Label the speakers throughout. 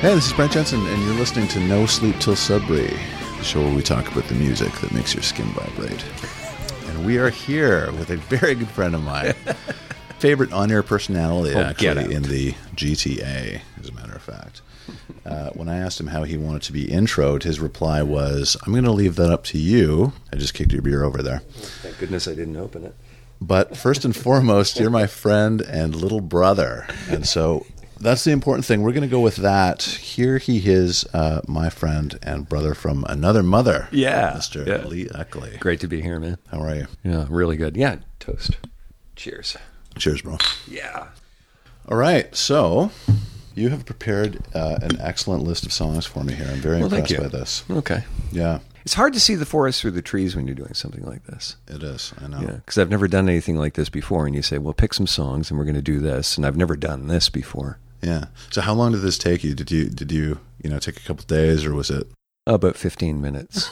Speaker 1: Hey, this is Brent Jensen, and you're listening to No Sleep Till Sudbury, the show where we talk about the music that makes your skin vibrate. And we are here with a very good friend of mine, favorite on-air personality
Speaker 2: Oh, get out.
Speaker 1: actually in the GTA, as a matter of fact. Uh, when I asked him how he wanted to be introed, his reply was, "I'm going to leave that up to you." I just kicked your beer over there.
Speaker 2: Thank goodness I didn't open it.
Speaker 1: But first and foremost, you're my friend and little brother. And so that's the important thing. We're going to go with that. Here he is, uh, my friend and brother from another mother.
Speaker 2: Yeah,
Speaker 1: Mr.
Speaker 2: yeah.
Speaker 1: Lee Eckley.
Speaker 2: Great to be here, man.
Speaker 1: How are you?
Speaker 2: Yeah, really good. Yeah, toast. Cheers.
Speaker 1: Cheers, bro.
Speaker 2: Yeah.
Speaker 1: All right. So you have prepared uh, an excellent list of songs for me here. I'm very
Speaker 2: Well, thank
Speaker 1: impressed
Speaker 2: you.
Speaker 1: by this.
Speaker 2: Okay.
Speaker 1: Yeah,
Speaker 2: It's hard to see the forest through the trees when you're doing something like this.
Speaker 1: it is. I know.
Speaker 2: Yeah, because I've never done anything like this before. And you say, well, pick some songs and we're going to do this. And I've never done this before.
Speaker 1: yeah. So how long did this take you? Did you did you you know take a couple days or was it?
Speaker 2: About 15 minutes.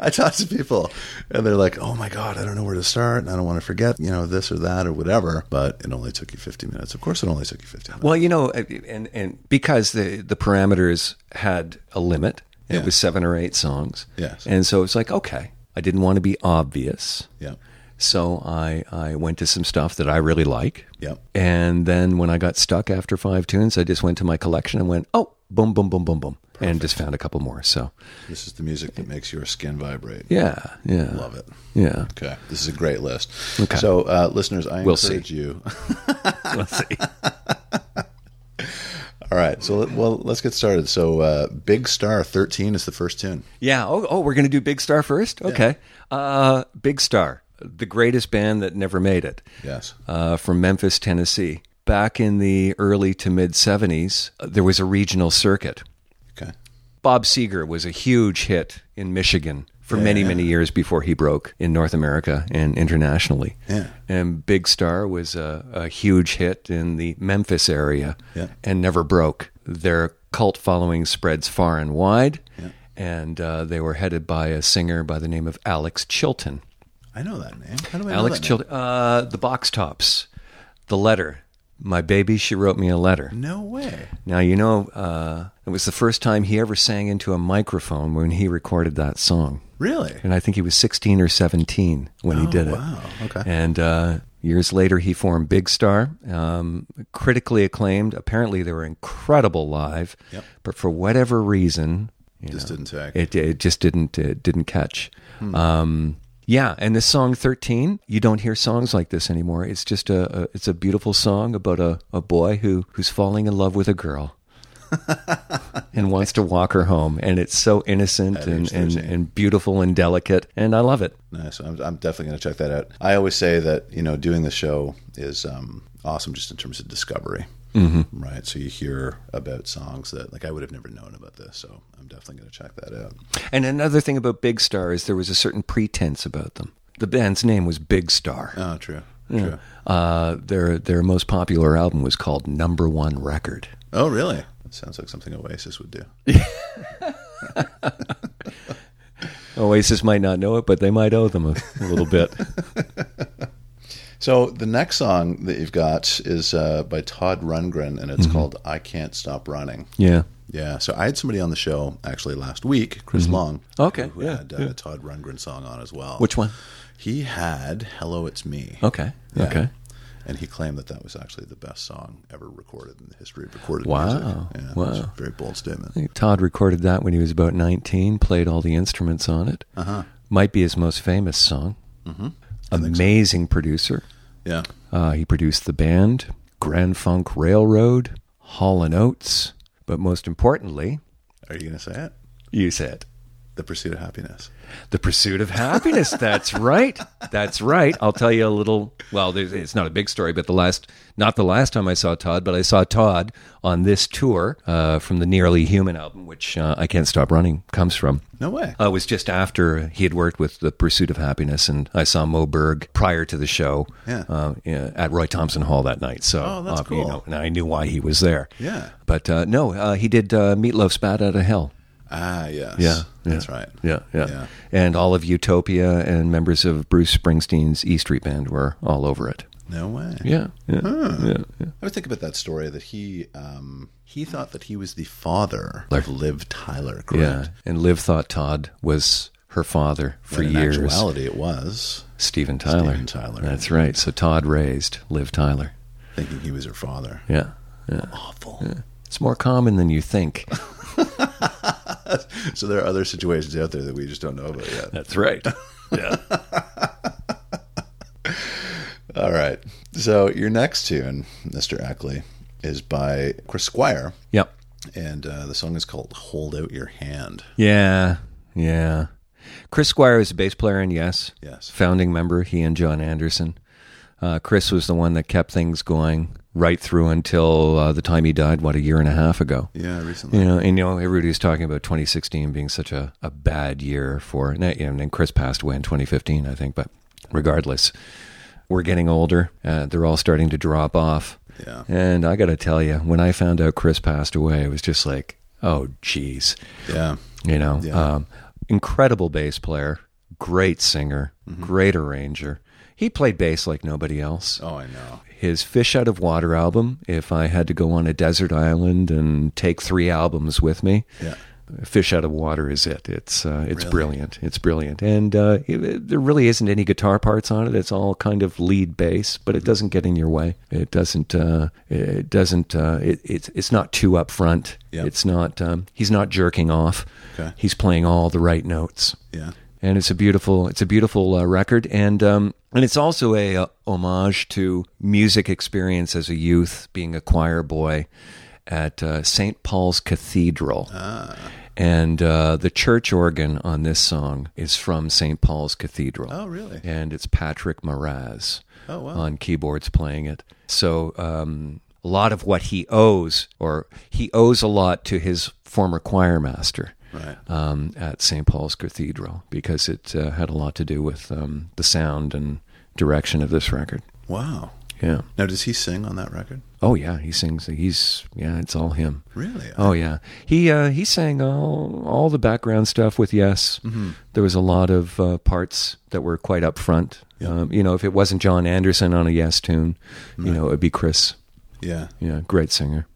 Speaker 1: I talk to people and they're like, oh my God, I don't know where to start and I don't want to forget, you know, this or that or whatever. But it only took you 50 minutes. Of course, it only took you 50 minutes.
Speaker 2: well, you know, and, and because the, the parameters had a limit,
Speaker 1: Yeah.
Speaker 2: it was seven or eight songs.
Speaker 1: Yes.
Speaker 2: And so it's like, okay, I didn't want to be obvious.
Speaker 1: Yeah.
Speaker 2: So I, I went to some stuff that I really like.
Speaker 1: Yeah.
Speaker 2: And then when I got stuck after five tunes, I just went to my collection and went, oh, boom, boom, boom, boom, boom, and just found a couple more. So
Speaker 1: This is the music that makes your skin vibrate.
Speaker 2: yeah, yeah,
Speaker 1: Love it.
Speaker 2: yeah.
Speaker 1: Okay. This is a great list.
Speaker 2: Okay.
Speaker 1: So, uh, listeners, I
Speaker 2: We'll see.
Speaker 1: encourage you.
Speaker 2: Let's see.
Speaker 1: All right. So, let, well, let's get started. So, uh, Big Star 13 is the first tune.
Speaker 2: Yeah. Oh, oh, we're gonna do Big Star first. Okay. Uh, Big Star, the greatest band that never made it.
Speaker 1: Yes.
Speaker 2: uh, from Memphis, Tennessee. Back in the early to mid '70s, uh, there was a regional circuit.
Speaker 1: Okay.
Speaker 2: Bob Seger was a huge hit in Michigan for many, many years before he broke in North America and internationally.
Speaker 1: Yeah.
Speaker 2: And Big Star was a, a huge hit in the Memphis area
Speaker 1: Yeah.
Speaker 2: and never broke. Their cult following spreads far and wide, and uh, they were headed by a singer by the name of Alex Chilton.
Speaker 1: I know that name. How do I
Speaker 2: Alex
Speaker 1: know that
Speaker 2: Chilton, uh, the Box Tops, the letter. My baby, she wrote me a letter.
Speaker 1: name? No way.
Speaker 2: Now, you know, uh, it was the first time he ever sang into a microphone when he recorded that song.
Speaker 1: Really?
Speaker 2: And I think he was 16 or 17 when he did it.
Speaker 1: Oh, wow. Okay.
Speaker 2: And uh, years later, he formed Big Star, um, critically acclaimed. Apparently, they were incredible live.
Speaker 1: Yep.
Speaker 2: But for whatever reason, you
Speaker 1: Just didn't take.
Speaker 2: it, it just didn't it didn't catch. Um, yeah, and this song thirteen, you don't hear songs like this anymore. It's just a, a it's a beautiful song about a, a boy who who's falling in love with a girl and wants to walk her home, and it's so innocent and, and, and beautiful and delicate, and I love it.
Speaker 1: Nice. I'm, I'm definitely going to check that out. I always say that you know doing the show is um, awesome just in terms of discovery, mm-hmm. right? So you hear about songs that like I would have never known about this. So I'm definitely going to check that out.
Speaker 2: And another thing about Big Star is there was a certain pretense about them. The band's name was Big Star.
Speaker 1: Oh, true. True.
Speaker 2: Uh, their their most popular album was called Number One Record.
Speaker 1: Oh, really? That sounds like something Oasis would do.
Speaker 2: Oasis might not know it, but they might owe them a, a little bit.
Speaker 1: So the next song that you've got is uh, by Todd Rundgren, and it's
Speaker 2: Mm-hmm.
Speaker 1: called "I Can't Stop Running."
Speaker 2: yeah.
Speaker 1: Yeah. So I had somebody on the show actually last week, Chris Long.
Speaker 2: Okay,
Speaker 1: Who
Speaker 2: Mm-hmm. yeah,
Speaker 1: had uh, a Todd Rundgren song on as well.
Speaker 2: Which one?
Speaker 1: He had "Hello, It's Me."
Speaker 2: Okay.
Speaker 1: Yeah.
Speaker 2: Okay.
Speaker 1: And he claimed that that was actually the best song ever recorded in the history of recorded music.
Speaker 2: Wow.
Speaker 1: Yeah,
Speaker 2: Wow.
Speaker 1: it's a very bold statement.
Speaker 2: I think Todd recorded that when he was about 19, played all the instruments on it. Uh-huh. Might be his most famous song. Mm-hmm. Amazing producer.
Speaker 1: Yeah.
Speaker 2: Uh, he produced The Band, Grand Funk Railroad, Hall & Oates, but most importantly,
Speaker 1: Are you going to say it?
Speaker 2: you said
Speaker 1: The Pursuit of Happiness.
Speaker 2: The Pursuit of Happiness. That's right. That's right. I'll tell you a little. Well, there's, it's not a big story, but the last, not the last time I saw Todd, but I saw Todd on this tour uh, from the Nearly Human album, which uh, I Can't Stop Running comes from.
Speaker 1: No way.
Speaker 2: Uh, it was just after he had worked with The Pursuit of Happiness, and I saw Mo Berg prior to the show
Speaker 1: Yeah.
Speaker 2: uh, yeah, at Roy Thompson Hall that night. So,
Speaker 1: Oh, that's
Speaker 2: uh,
Speaker 1: cool.
Speaker 2: you know, and I knew why he was there.
Speaker 1: Yeah.
Speaker 2: But uh, no, uh, he did uh, Meatloaf Spat Out of Hell.
Speaker 1: ah, yes.
Speaker 2: Yeah,
Speaker 1: That's
Speaker 2: yeah,
Speaker 1: right.
Speaker 2: Yeah, yeah,
Speaker 1: Yeah.
Speaker 2: And all of Utopia and members of Bruce Springsteen's E Street Band were all over it.
Speaker 1: No way. Hmm.
Speaker 2: Yeah, yeah, yeah, yeah.
Speaker 1: I was thinking about that story that he um, he thought that he was the father of Liv Tyler. Correct?
Speaker 2: Yeah. And Liv thought Todd was her father for
Speaker 1: When in
Speaker 2: years.
Speaker 1: actuality, it was
Speaker 2: Stephen Tyler.
Speaker 1: Steven Tyler.
Speaker 2: That's right. So Todd raised Liv Tyler.
Speaker 1: thinking he was her father.
Speaker 2: Yeah. Yeah.
Speaker 1: Awful.
Speaker 2: It's more common than you think.
Speaker 1: So there are other situations out there that we just don't know about yet.
Speaker 2: That's right. Yeah.
Speaker 1: All right. So your next tune, Mr. Ackley, is by Chris Squire,
Speaker 2: yep.
Speaker 1: and uh, the song is called "Hold Out Your Hand."
Speaker 2: Yeah. Yeah. Chris Squire is a bass player in Yes.
Speaker 1: Yes.
Speaker 2: Founding member, he and John Anderson. Uh, Chris was the one that kept things going right through until uh, the time he died, what, a year and a half ago.
Speaker 1: Yeah, recently.
Speaker 2: You know, and you know, everybody was talking about 2016 being such a, a bad year for, and, that- and then Chris passed away in 2015, I think. But regardless, we're getting older. Uh, they're all starting to drop off.
Speaker 1: Yeah.
Speaker 2: And I got to tell you, when I found out Chris passed away, it was just like, oh, geez,
Speaker 1: Yeah.
Speaker 2: you know, um, incredible bass player, great singer, great arranger. He played bass like nobody else
Speaker 1: Oh, I know.
Speaker 2: his Fish Out of Water album, if I had to go on a desert island and take three albums with me,
Speaker 1: Yeah.
Speaker 2: Fish Out of Water is it. It's uh, it's brilliant. It's brilliant. And uh, it- there really isn't any guitar parts on it. It's all kind of lead bass, but
Speaker 1: Mm-hmm.
Speaker 2: it doesn't get in your way. It doesn't. Uh, it doesn't. Uh, it, it's it's not too up front.
Speaker 1: Yeah.
Speaker 2: It's not. Um, he's not jerking off.
Speaker 1: Okay.
Speaker 2: He's playing all the right notes
Speaker 1: Yeah.
Speaker 2: and it's a beautiful it's a beautiful uh, record and um, and it's also a, uh homage to music experience as a youth being a choir boy at uh, St Paul's Cathedral.
Speaker 1: Ah.
Speaker 2: And uh, the church organ on this song is from St. Paul's Cathedral.
Speaker 1: Oh, really?
Speaker 2: And it's Patrick Moraz
Speaker 1: Oh, wow.
Speaker 2: on keyboards playing it. So um, a lot of what he owes, or he owes a lot to his former choir master
Speaker 1: Right.
Speaker 2: um, at St. Paul's Cathedral because it uh, had a lot to do with um, the sound and direction of this record.
Speaker 1: Wow.
Speaker 2: Yeah.
Speaker 1: Now, does he sing on that record?
Speaker 2: Oh yeah, he sings. He's yeah, it's all him.
Speaker 1: Really?
Speaker 2: Oh yeah, he uh, he sang all all the background stuff with Yes. There was a lot of uh, parts that were quite up front. Um, you know, if it wasn't John Anderson on a Yes tune, you know, it'd be Chris.
Speaker 1: Yeah.
Speaker 2: Yeah, great singer,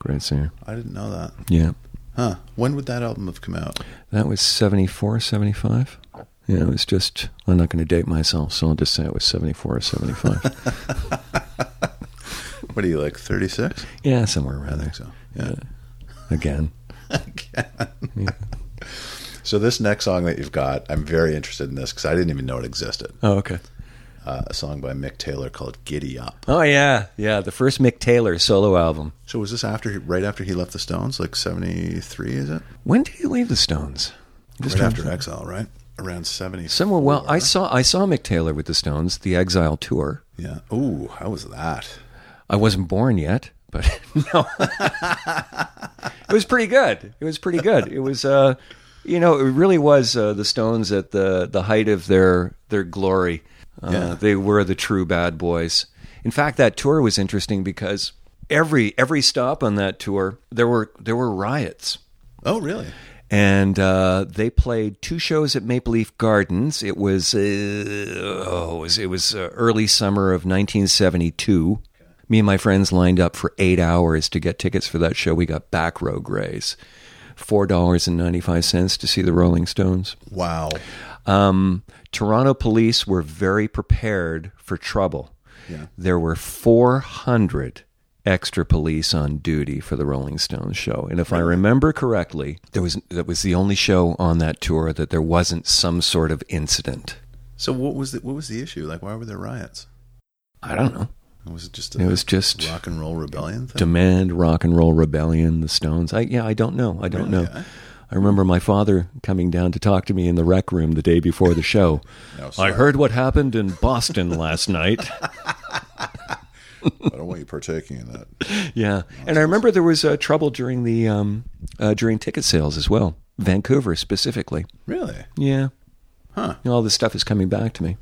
Speaker 2: great singer.
Speaker 1: I didn't know that.
Speaker 2: Yeah,
Speaker 1: Huh. When would that album have come out?
Speaker 2: that was 74, 75. Yeah, it was just. I'm not going to date myself, so I'll just say it was seventy four or seventy five.
Speaker 1: What are you, like 36?
Speaker 2: yeah, somewhere
Speaker 1: I
Speaker 2: around there.
Speaker 1: think so. Yeah.
Speaker 2: Again,
Speaker 1: So, this next song that you've got, I'm very interested in this because I didn't even know it existed.
Speaker 2: oh okay.
Speaker 1: Uh, a song by Mick Taylor called Giddy Up.
Speaker 2: Oh yeah, yeah. The first Mick Taylor solo album.
Speaker 1: So, was this after, he- right after he left the Stones? Like 73, is it?
Speaker 2: When did he leave the Stones? Just
Speaker 1: Right
Speaker 2: trying
Speaker 1: after
Speaker 2: to-
Speaker 1: Exile, right? Around 70.
Speaker 2: Somewhere. Well, I saw I saw Mick Taylor with the Stones, the Exile tour.
Speaker 1: Yeah. Ooh, how was that?
Speaker 2: I wasn't born yet, but no, it was pretty good. It was pretty good. It was, uh, you know, it really was uh, the Stones at the the height of their their glory. Uh,
Speaker 1: Yeah.
Speaker 2: They were the true bad boys. In fact, that tour was interesting because every every stop on that tour there were there were riots.
Speaker 1: Oh, really?
Speaker 2: and uh, they played two shows at Maple Leaf Gardens. It was uh, oh, it was, it was uh, early summer of 1972. Me and my friends lined up for eight hours to get tickets for that show. We got back row grays, four dollars and ninety five cents to see the Rolling Stones.
Speaker 1: Wow.
Speaker 2: Um, Toronto police were very prepared for trouble.
Speaker 1: Yeah.
Speaker 2: There were 400 extra police on duty for the Rolling Stones show, and if I remember correctly, there was that was the only show on that tour that there wasn't some sort of incident.
Speaker 1: So, what was the, what was the issue? Like, why were there riots?
Speaker 2: I don't know.
Speaker 1: Was it just a
Speaker 2: It was just
Speaker 1: rock and roll rebellion thing?
Speaker 2: demand rock and roll rebellion, the Stones. I yeah, I don't know. I don't know.
Speaker 1: eh?
Speaker 2: I remember my father coming down to talk to me in the rec room the day before the show.
Speaker 1: No,
Speaker 2: I
Speaker 1: sorry.
Speaker 2: heard what happened in Boston last night.
Speaker 1: I don't want you partaking in that.
Speaker 2: Yeah, and I remember there was uh, trouble during the um, uh, during ticket sales as well, Vancouver specifically.
Speaker 1: Really?
Speaker 2: Yeah,
Speaker 1: Huh.
Speaker 2: all this stuff is coming back to me.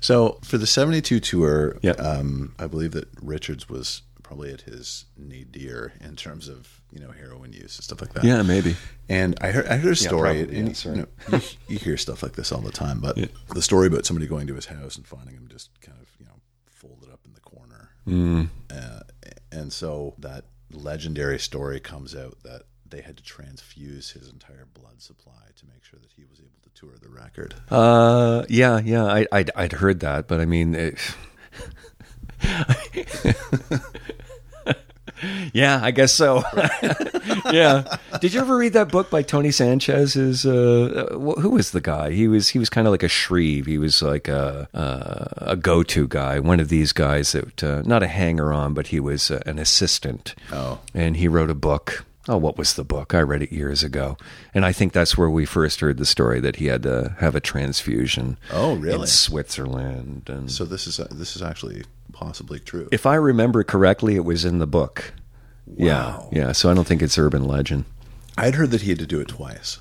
Speaker 1: So for the 72 tour,
Speaker 2: Yeah.
Speaker 1: um, I believe that Richards was probably at his nadir in terms of, you know, heroin use and stuff like that.
Speaker 2: Yeah, maybe.
Speaker 1: And I heard, I heard a story,
Speaker 2: probably,
Speaker 1: and
Speaker 2: yeah,
Speaker 1: you, know, you, you hear stuff like this all the time, but the story about somebody going to his house and finding him just kind of, you know, folded up in the corner.
Speaker 2: Mm.
Speaker 1: Uh, and so that legendary story comes out that they had to transfuse his entire blood supply to make sure that he was able to tour the record.
Speaker 2: Uh, yeah, yeah. I, I'd, I'd heard that, but I mean, it, yeah, I guess so. yeah. Did you ever read that book by Tony Sanchez? Is uh, wh- who was the guy? He was he was kind of like a Shreve. He was like a uh, a go to guy, one of these guys that uh, not a hanger on, but he was uh, an assistant.
Speaker 1: Oh.
Speaker 2: and he wrote a book. Oh, what was the book? I read it years ago, and I think that's where we first heard the story that he had to have a transfusion.
Speaker 1: Oh, really?
Speaker 2: In Switzerland, and
Speaker 1: So this is this is actually possibly true.
Speaker 2: if I remember correctly, it was in the book.
Speaker 1: Wow.
Speaker 2: Yeah, yeah. So I don't think it's urban legend.
Speaker 1: I'd heard that he had to do it twice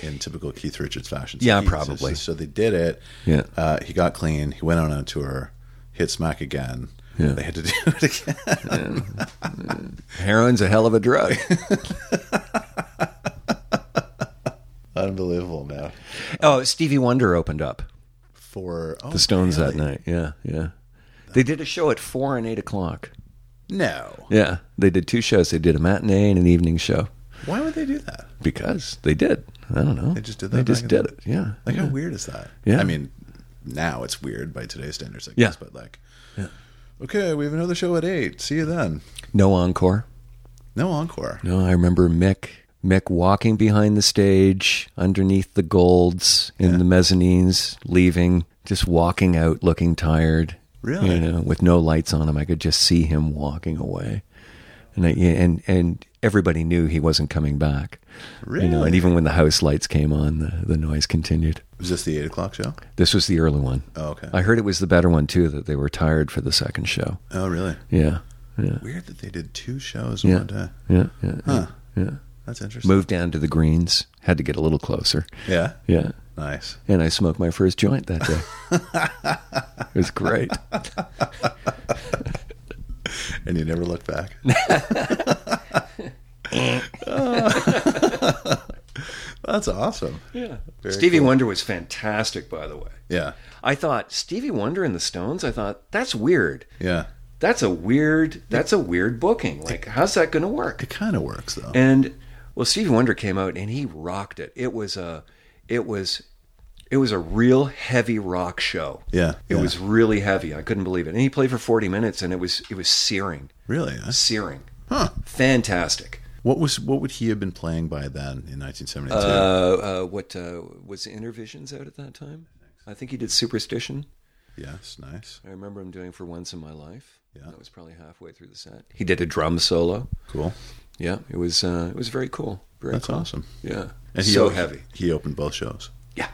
Speaker 1: in typical Keith Richards fashion. So
Speaker 2: Yeah,
Speaker 1: he- so-
Speaker 2: probably.
Speaker 1: So, they did it.
Speaker 2: Yeah.
Speaker 1: Uh, he got clean. He went on a tour, hit smack again.
Speaker 2: Yeah.
Speaker 1: They had to do it again.
Speaker 2: Heroin's a hell of a drug.
Speaker 1: Unbelievable, man.
Speaker 2: oh, Stevie Wonder opened up
Speaker 1: For oh,
Speaker 2: the Stones
Speaker 1: really?
Speaker 2: that night. Yeah, yeah. They did a show at four and eight o'clock.
Speaker 1: No.
Speaker 2: Yeah, they did two shows. They did a matinee and an evening show
Speaker 1: Why would they do that?
Speaker 2: because they did. I don't know.
Speaker 1: They just did that
Speaker 2: They
Speaker 1: back
Speaker 2: just
Speaker 1: in
Speaker 2: did
Speaker 1: the-
Speaker 2: it. Yeah.
Speaker 1: Like, how weird is that?
Speaker 2: Yeah.
Speaker 1: I mean, now it's weird by today's standards, I
Speaker 2: Yeah.
Speaker 1: guess, but like, okay, we have another show at eight. See you then.
Speaker 2: No encore.
Speaker 1: No encore.
Speaker 2: No, I remember Mick. Mick walking behind the stage, underneath the golds in the mezzanines, leaving, just walking out, looking tired.
Speaker 1: Really?
Speaker 2: you know, with no lights on him, I could just see him walking away, and I, yeah, and and everybody knew he wasn't coming back. You know, and
Speaker 1: Really?
Speaker 2: even when the house lights came on, the, the noise continued.
Speaker 1: Is this the eight o'clock show?
Speaker 2: This was the early one.
Speaker 1: Oh, okay.
Speaker 2: I heard it was the better one too. That they were tired for the second show.
Speaker 1: Oh, really?
Speaker 2: Yeah, yeah,
Speaker 1: Weird that they did two shows in
Speaker 2: yeah,
Speaker 1: one day.
Speaker 2: yeah, yeah,
Speaker 1: Huh.
Speaker 2: yeah.
Speaker 1: That's interesting.
Speaker 2: Moved down to the greens. Had to get a little closer.
Speaker 1: Yeah.
Speaker 2: Yeah.
Speaker 1: Nice.
Speaker 2: And I smoked my first joint that day. it was great.
Speaker 1: And you never look back. That's awesome.
Speaker 2: Yeah.
Speaker 1: Very
Speaker 2: Stevie
Speaker 1: cool.
Speaker 2: Wonder was fantastic, by the way.
Speaker 1: Yeah.
Speaker 2: I thought Stevie Wonder and the Stones, I thought, that's weird.
Speaker 1: Yeah.
Speaker 2: That's a weird that's a weird booking. Like, how's that gonna work?
Speaker 1: It kind of works though.
Speaker 2: And well, Stevie Wonder came out and he rocked it. It was a it was it was a real heavy rock show.
Speaker 1: Yeah,
Speaker 2: It
Speaker 1: yeah.
Speaker 2: was really heavy. I couldn't believe it. And he played for 40 minutes and it was it was searing.
Speaker 1: Really? huh?
Speaker 2: Searing.
Speaker 1: Huh.
Speaker 2: Fantastic.
Speaker 1: What was what would he have been playing by then in 1972?
Speaker 2: uh, uh, what uh, was Intervisions out at that time? I think he did Superstition.
Speaker 1: yes, nice.
Speaker 2: I remember him doing for once in my life.
Speaker 1: Yeah.
Speaker 2: that was probably halfway through the set. He did a drum solo.
Speaker 1: Cool.
Speaker 2: Yeah, it was uh, it was very cool. Very
Speaker 1: That's
Speaker 2: cool.
Speaker 1: awesome.
Speaker 2: Yeah,
Speaker 1: And he
Speaker 2: so
Speaker 1: opened-
Speaker 2: heavy.
Speaker 1: He opened both shows.
Speaker 2: Yeah.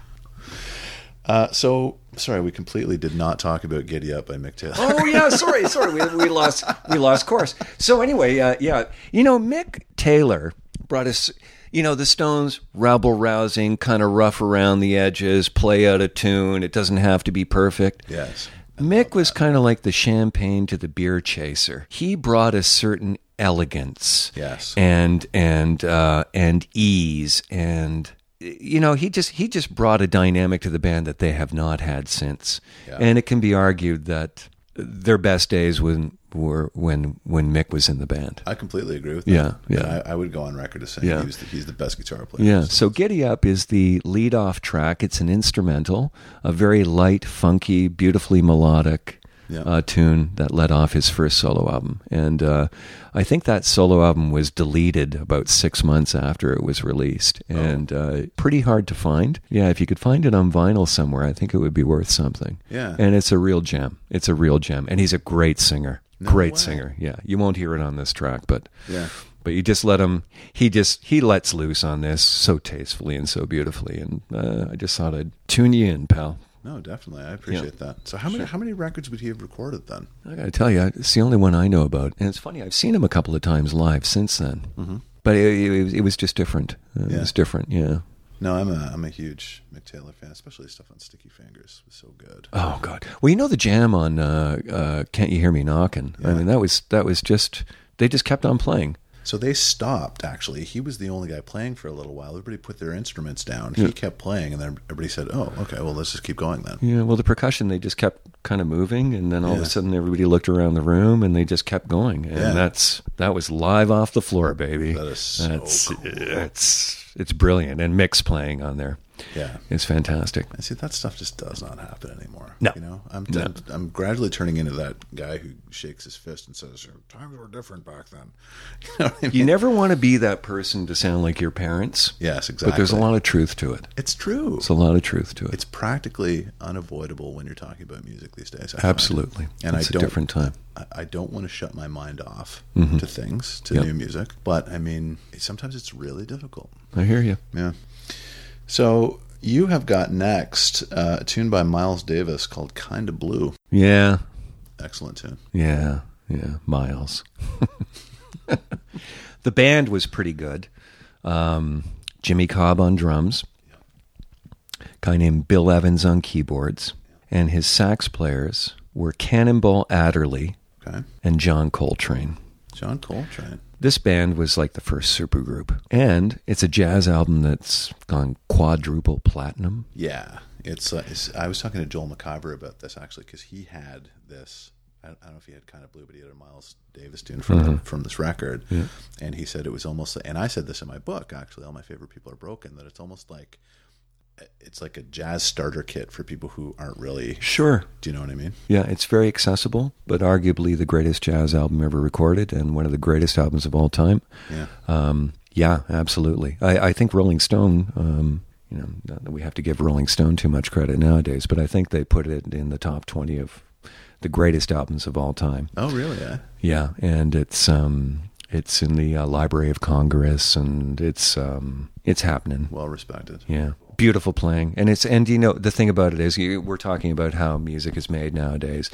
Speaker 1: Uh, so sorry, we completely did not talk about Giddy Up by Mick Taylor.
Speaker 2: Oh yeah, sorry, sorry, we, we lost we lost course. So anyway, uh, yeah, you know Mick Taylor brought us. You know the Stones, rabble rousing, kind of rough around the edges, play out of tune. It doesn't have to be perfect.
Speaker 1: Yes.
Speaker 2: Mick was kind of like the champagne to the beer chaser. He brought a certain elegance,
Speaker 1: Yes.
Speaker 2: and and uh, and ease, and you know he just he just brought a dynamic to the band that they have not had since.
Speaker 1: Yeah.
Speaker 2: And it can be argued that their best days when were when when Mick was in the band.
Speaker 1: I completely agree with that.
Speaker 2: Yeah, yeah.
Speaker 1: And I, I would go on record as saying
Speaker 2: Yeah.
Speaker 1: he was the, he's the best guitar player.
Speaker 2: Yeah. So Giddy Up is the lead off track. It's an instrumental, a very light, funky, beautifully melodic
Speaker 1: Yeah.
Speaker 2: uh, tune that led off his first solo album. And uh, I think that solo album was deleted about six months after it was released
Speaker 1: Oh.
Speaker 2: and uh, pretty hard to find. Yeah. If you could find it on vinyl somewhere, I think it would be worth something.
Speaker 1: Yeah.
Speaker 2: And it's a real gem. It's a real gem. And he's a great singer. great
Speaker 1: way.
Speaker 2: singer. Yeah. You won't hear it on this track, but
Speaker 1: Yeah.
Speaker 2: but you just let him he just he lets loose on this so tastefully and so beautifully and uh, i just thought i'd tune you in pal
Speaker 1: No, definitely. I appreciate that. So how many how many records would he have recorded then?
Speaker 2: i gotta tell you it's the only one i know about and it's funny i've seen him a couple of times live since then mm-hmm. but it, it, was- it was just different it
Speaker 1: Yeah.
Speaker 2: was different yeah
Speaker 1: No, I'm a I'm a huge Mick Taylor fan, especially stuff on Sticky Fingers. It was so good.
Speaker 2: oh god well you know the jam on uh, uh, can't you hear me knocking i mean that was that was just they just kept on playing
Speaker 1: So they stopped. Actually, he was the only guy playing for a little while. Everybody put their instruments down. He kept playing, and then everybody said, "Oh, okay. Well, let's just keep going then."
Speaker 2: Yeah, well, the percussion they just kept kind of moving, and then all of a
Speaker 1: Yeah.
Speaker 2: sudden everybody looked around the room, and they just kept going, and
Speaker 1: Yeah.
Speaker 2: that's that was live off the floor, baby.
Speaker 1: That is so
Speaker 2: that's
Speaker 1: cool.
Speaker 2: it's it's brilliant, and mix playing on there
Speaker 1: Yeah.
Speaker 2: is fantastic.
Speaker 1: And see, that stuff just does not happen anymore.
Speaker 2: No.
Speaker 1: You know, I'm, I'm, I'm gradually turning into that guy who shakes his fist and says, times were different back then. You know what I mean?
Speaker 2: You never want to be that person to sound like your parents,
Speaker 1: Yes, exactly.
Speaker 2: but there's a lot of truth to it.
Speaker 1: It's true.
Speaker 2: There's a lot of truth to it.
Speaker 1: It's practically unavoidable when you're talking about music these days. I find.
Speaker 2: Absolutely,
Speaker 1: And I
Speaker 2: it's a
Speaker 1: don't-
Speaker 2: different time.
Speaker 1: I- I don't want to shut my mind off
Speaker 2: Mm-hmm.
Speaker 1: to things, to new music. But I mean, sometimes it's really difficult.
Speaker 2: I hear you.
Speaker 1: Yeah. So you have got next uh, a tune by Miles Davis called Kinda Blue.
Speaker 2: Yeah,
Speaker 1: Excellent tune.
Speaker 2: Yeah, yeah, Miles. the band was pretty good. Um, Jimmy Cobb on drums, guy named Bill Evans on keyboards, and his sax players were Cannonball Adderley
Speaker 1: Okay.
Speaker 2: and John Coltrane.
Speaker 1: John Coltrane.
Speaker 2: This band was like the first supergroup, and it's a jazz album that's gone quadruple platinum.
Speaker 1: Yeah, it's, uh, it's. I was talking to Joel McIver about this actually because he had this. I don't, I don't know if he had kind of blue, but he had a Miles Davis tune from from this record, and he said it was almost. And I said this in my book actually. All my favorite people are broken. That it's almost like eh, it's like a jazz starter kit for people who aren't really.
Speaker 2: Sure.
Speaker 1: Do you know what I mean?
Speaker 2: Yeah, it's very accessible, but arguably the greatest jazz album ever recorded and one of the greatest albums of all time.
Speaker 1: Yeah.
Speaker 2: Um, yeah, absolutely. I, I think Rolling Stone, um, you know, not that we have to give Rolling Stone too much credit nowadays, but I think they put it in the top 20 of the greatest albums of all time.
Speaker 1: Oh, really? Yeah.
Speaker 2: Yeah, and it's um, it's in the uh, Library of Congress, and it's um, it's happening.
Speaker 1: Well respected.
Speaker 2: Yeah. Beautiful playing. And it's, and you know, the thing about it is you, we're talking about how music is made nowadays.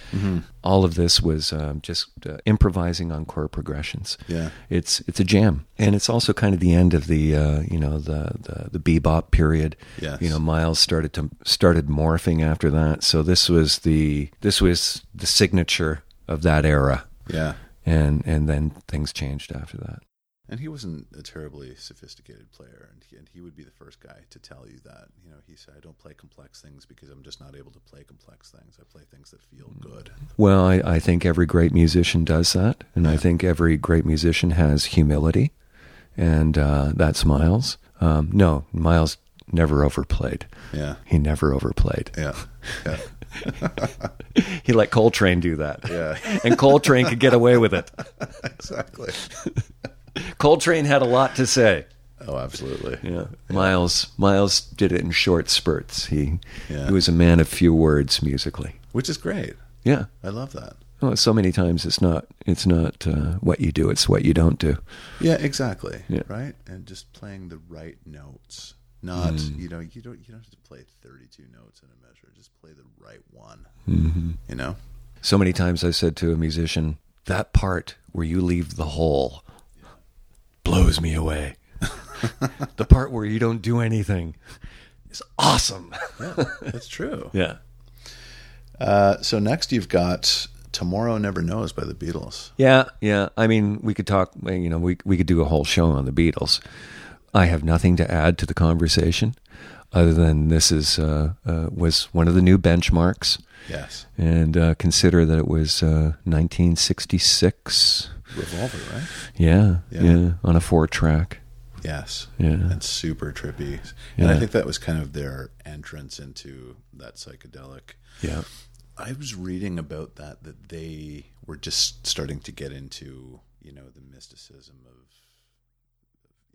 Speaker 2: All of this was um, just uh, improvising on chord progressions.
Speaker 1: Yeah.
Speaker 2: It's, it's a jam. And it's also kind of the end of the, uh, you know, the, the, the bebop period.
Speaker 1: Yes.
Speaker 2: You know, Miles started to, started morphing after that. So this was the, this was the signature of that era.
Speaker 1: Yeah.
Speaker 2: And, and then things changed after that.
Speaker 1: And he wasn't a terribly sophisticated player, and he, and he would be the first guy to tell you that. You know, he said, "I don't play complex things because I'm just not able to play complex things. I play things that feel good."
Speaker 2: Well, I, I think every great musician does that, and I
Speaker 1: Yeah.
Speaker 2: think every great musician has humility, and uh, that's Miles. Um, no, Miles never overplayed.
Speaker 1: Yeah,
Speaker 2: He never overplayed.
Speaker 1: yeah, yeah,
Speaker 2: He let Coltrane do that,
Speaker 1: yeah.
Speaker 2: and Coltrane could get away with it.
Speaker 1: exactly.
Speaker 2: Coltrane had a lot to say.
Speaker 1: Oh, absolutely.
Speaker 2: Yeah. Miles Miles did it in short spurts. He
Speaker 1: Yeah.
Speaker 2: he was a man of few words musically.
Speaker 1: Which is great.
Speaker 2: Yeah.
Speaker 1: I love that.
Speaker 2: Oh, so many times it's not it's not uh, what you do, it's what you don't do.
Speaker 1: Yeah, exactly.
Speaker 2: Yeah.
Speaker 1: Right, and just playing the right notes. Not you know you don't you don't have to play 32 notes in a measure. Just play the right one. You know.
Speaker 2: So many times I've said to a musician, that part where you leave the hole blows me away. the part where you don't do anything is awesome.
Speaker 1: Yeah, that's true.
Speaker 2: Yeah.
Speaker 1: Uh, so next you've got Tomorrow Never Knows by the Beatles.
Speaker 2: Yeah, yeah. I mean, we could talk, you know, we, we could do a whole show on the Beatles. I have nothing to add to the conversation other than this is uh, uh, was one of the new benchmarks.
Speaker 1: Yes.
Speaker 2: And uh, consider that it was uh, 1966.
Speaker 1: Revolver, right?
Speaker 2: Yeah, yeah,
Speaker 1: Yeah.
Speaker 2: on a four track.
Speaker 1: Yes.
Speaker 2: Yeah.
Speaker 1: And super trippy. And
Speaker 2: Yeah.
Speaker 1: I think that was kind of their entrance into that psychedelic.
Speaker 2: Yeah.
Speaker 1: I was reading about that that they were just starting to get into, you know, the mysticism of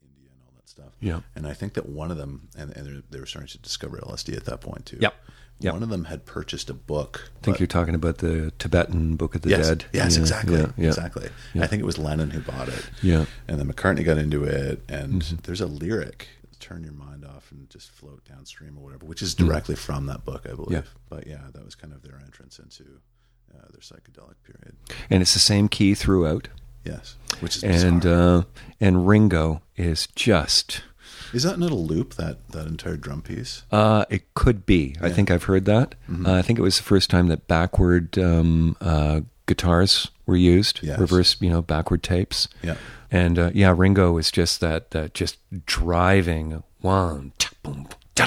Speaker 1: India and all that stuff.
Speaker 2: Yeah.
Speaker 1: And I think that one of them and, and they were- they were starting to discover LSD at that point too.
Speaker 2: Yep. Yep.
Speaker 1: One of them had purchased a book.
Speaker 2: I think you're talking about the Tibetan Book of the
Speaker 1: yes,
Speaker 2: Dead.
Speaker 1: Yes,
Speaker 2: Yeah,
Speaker 1: exactly.
Speaker 2: Yeah, yeah,
Speaker 1: Exactly. I think it was Lennon who bought it.
Speaker 2: yeah.
Speaker 1: and then McCartney got into it, and
Speaker 2: Mm-hmm.
Speaker 1: there's a lyric, "Turn your mind off and just float downstream" or whatever, which is directly from that book, I believe.
Speaker 2: Mm-hmm. Yeah.
Speaker 1: But yeah, that was kind of their entrance into uh, their psychedelic period.
Speaker 2: And it's the same key throughout.
Speaker 1: Yes, which is
Speaker 2: And
Speaker 1: bizarre.
Speaker 2: uh, and Ringo is just.
Speaker 1: is that not a loop that that entire drum piece?
Speaker 2: Uh, it could be. I think I've heard that.
Speaker 1: Mm-hmm.
Speaker 2: Uh, I think it was the first time that backward um, uh, guitars were used,
Speaker 1: Yes.
Speaker 2: reverse, you know, backward tapes.
Speaker 1: Yeah,
Speaker 2: And uh, yeah, Ringo is just that that just driving one ta boom ta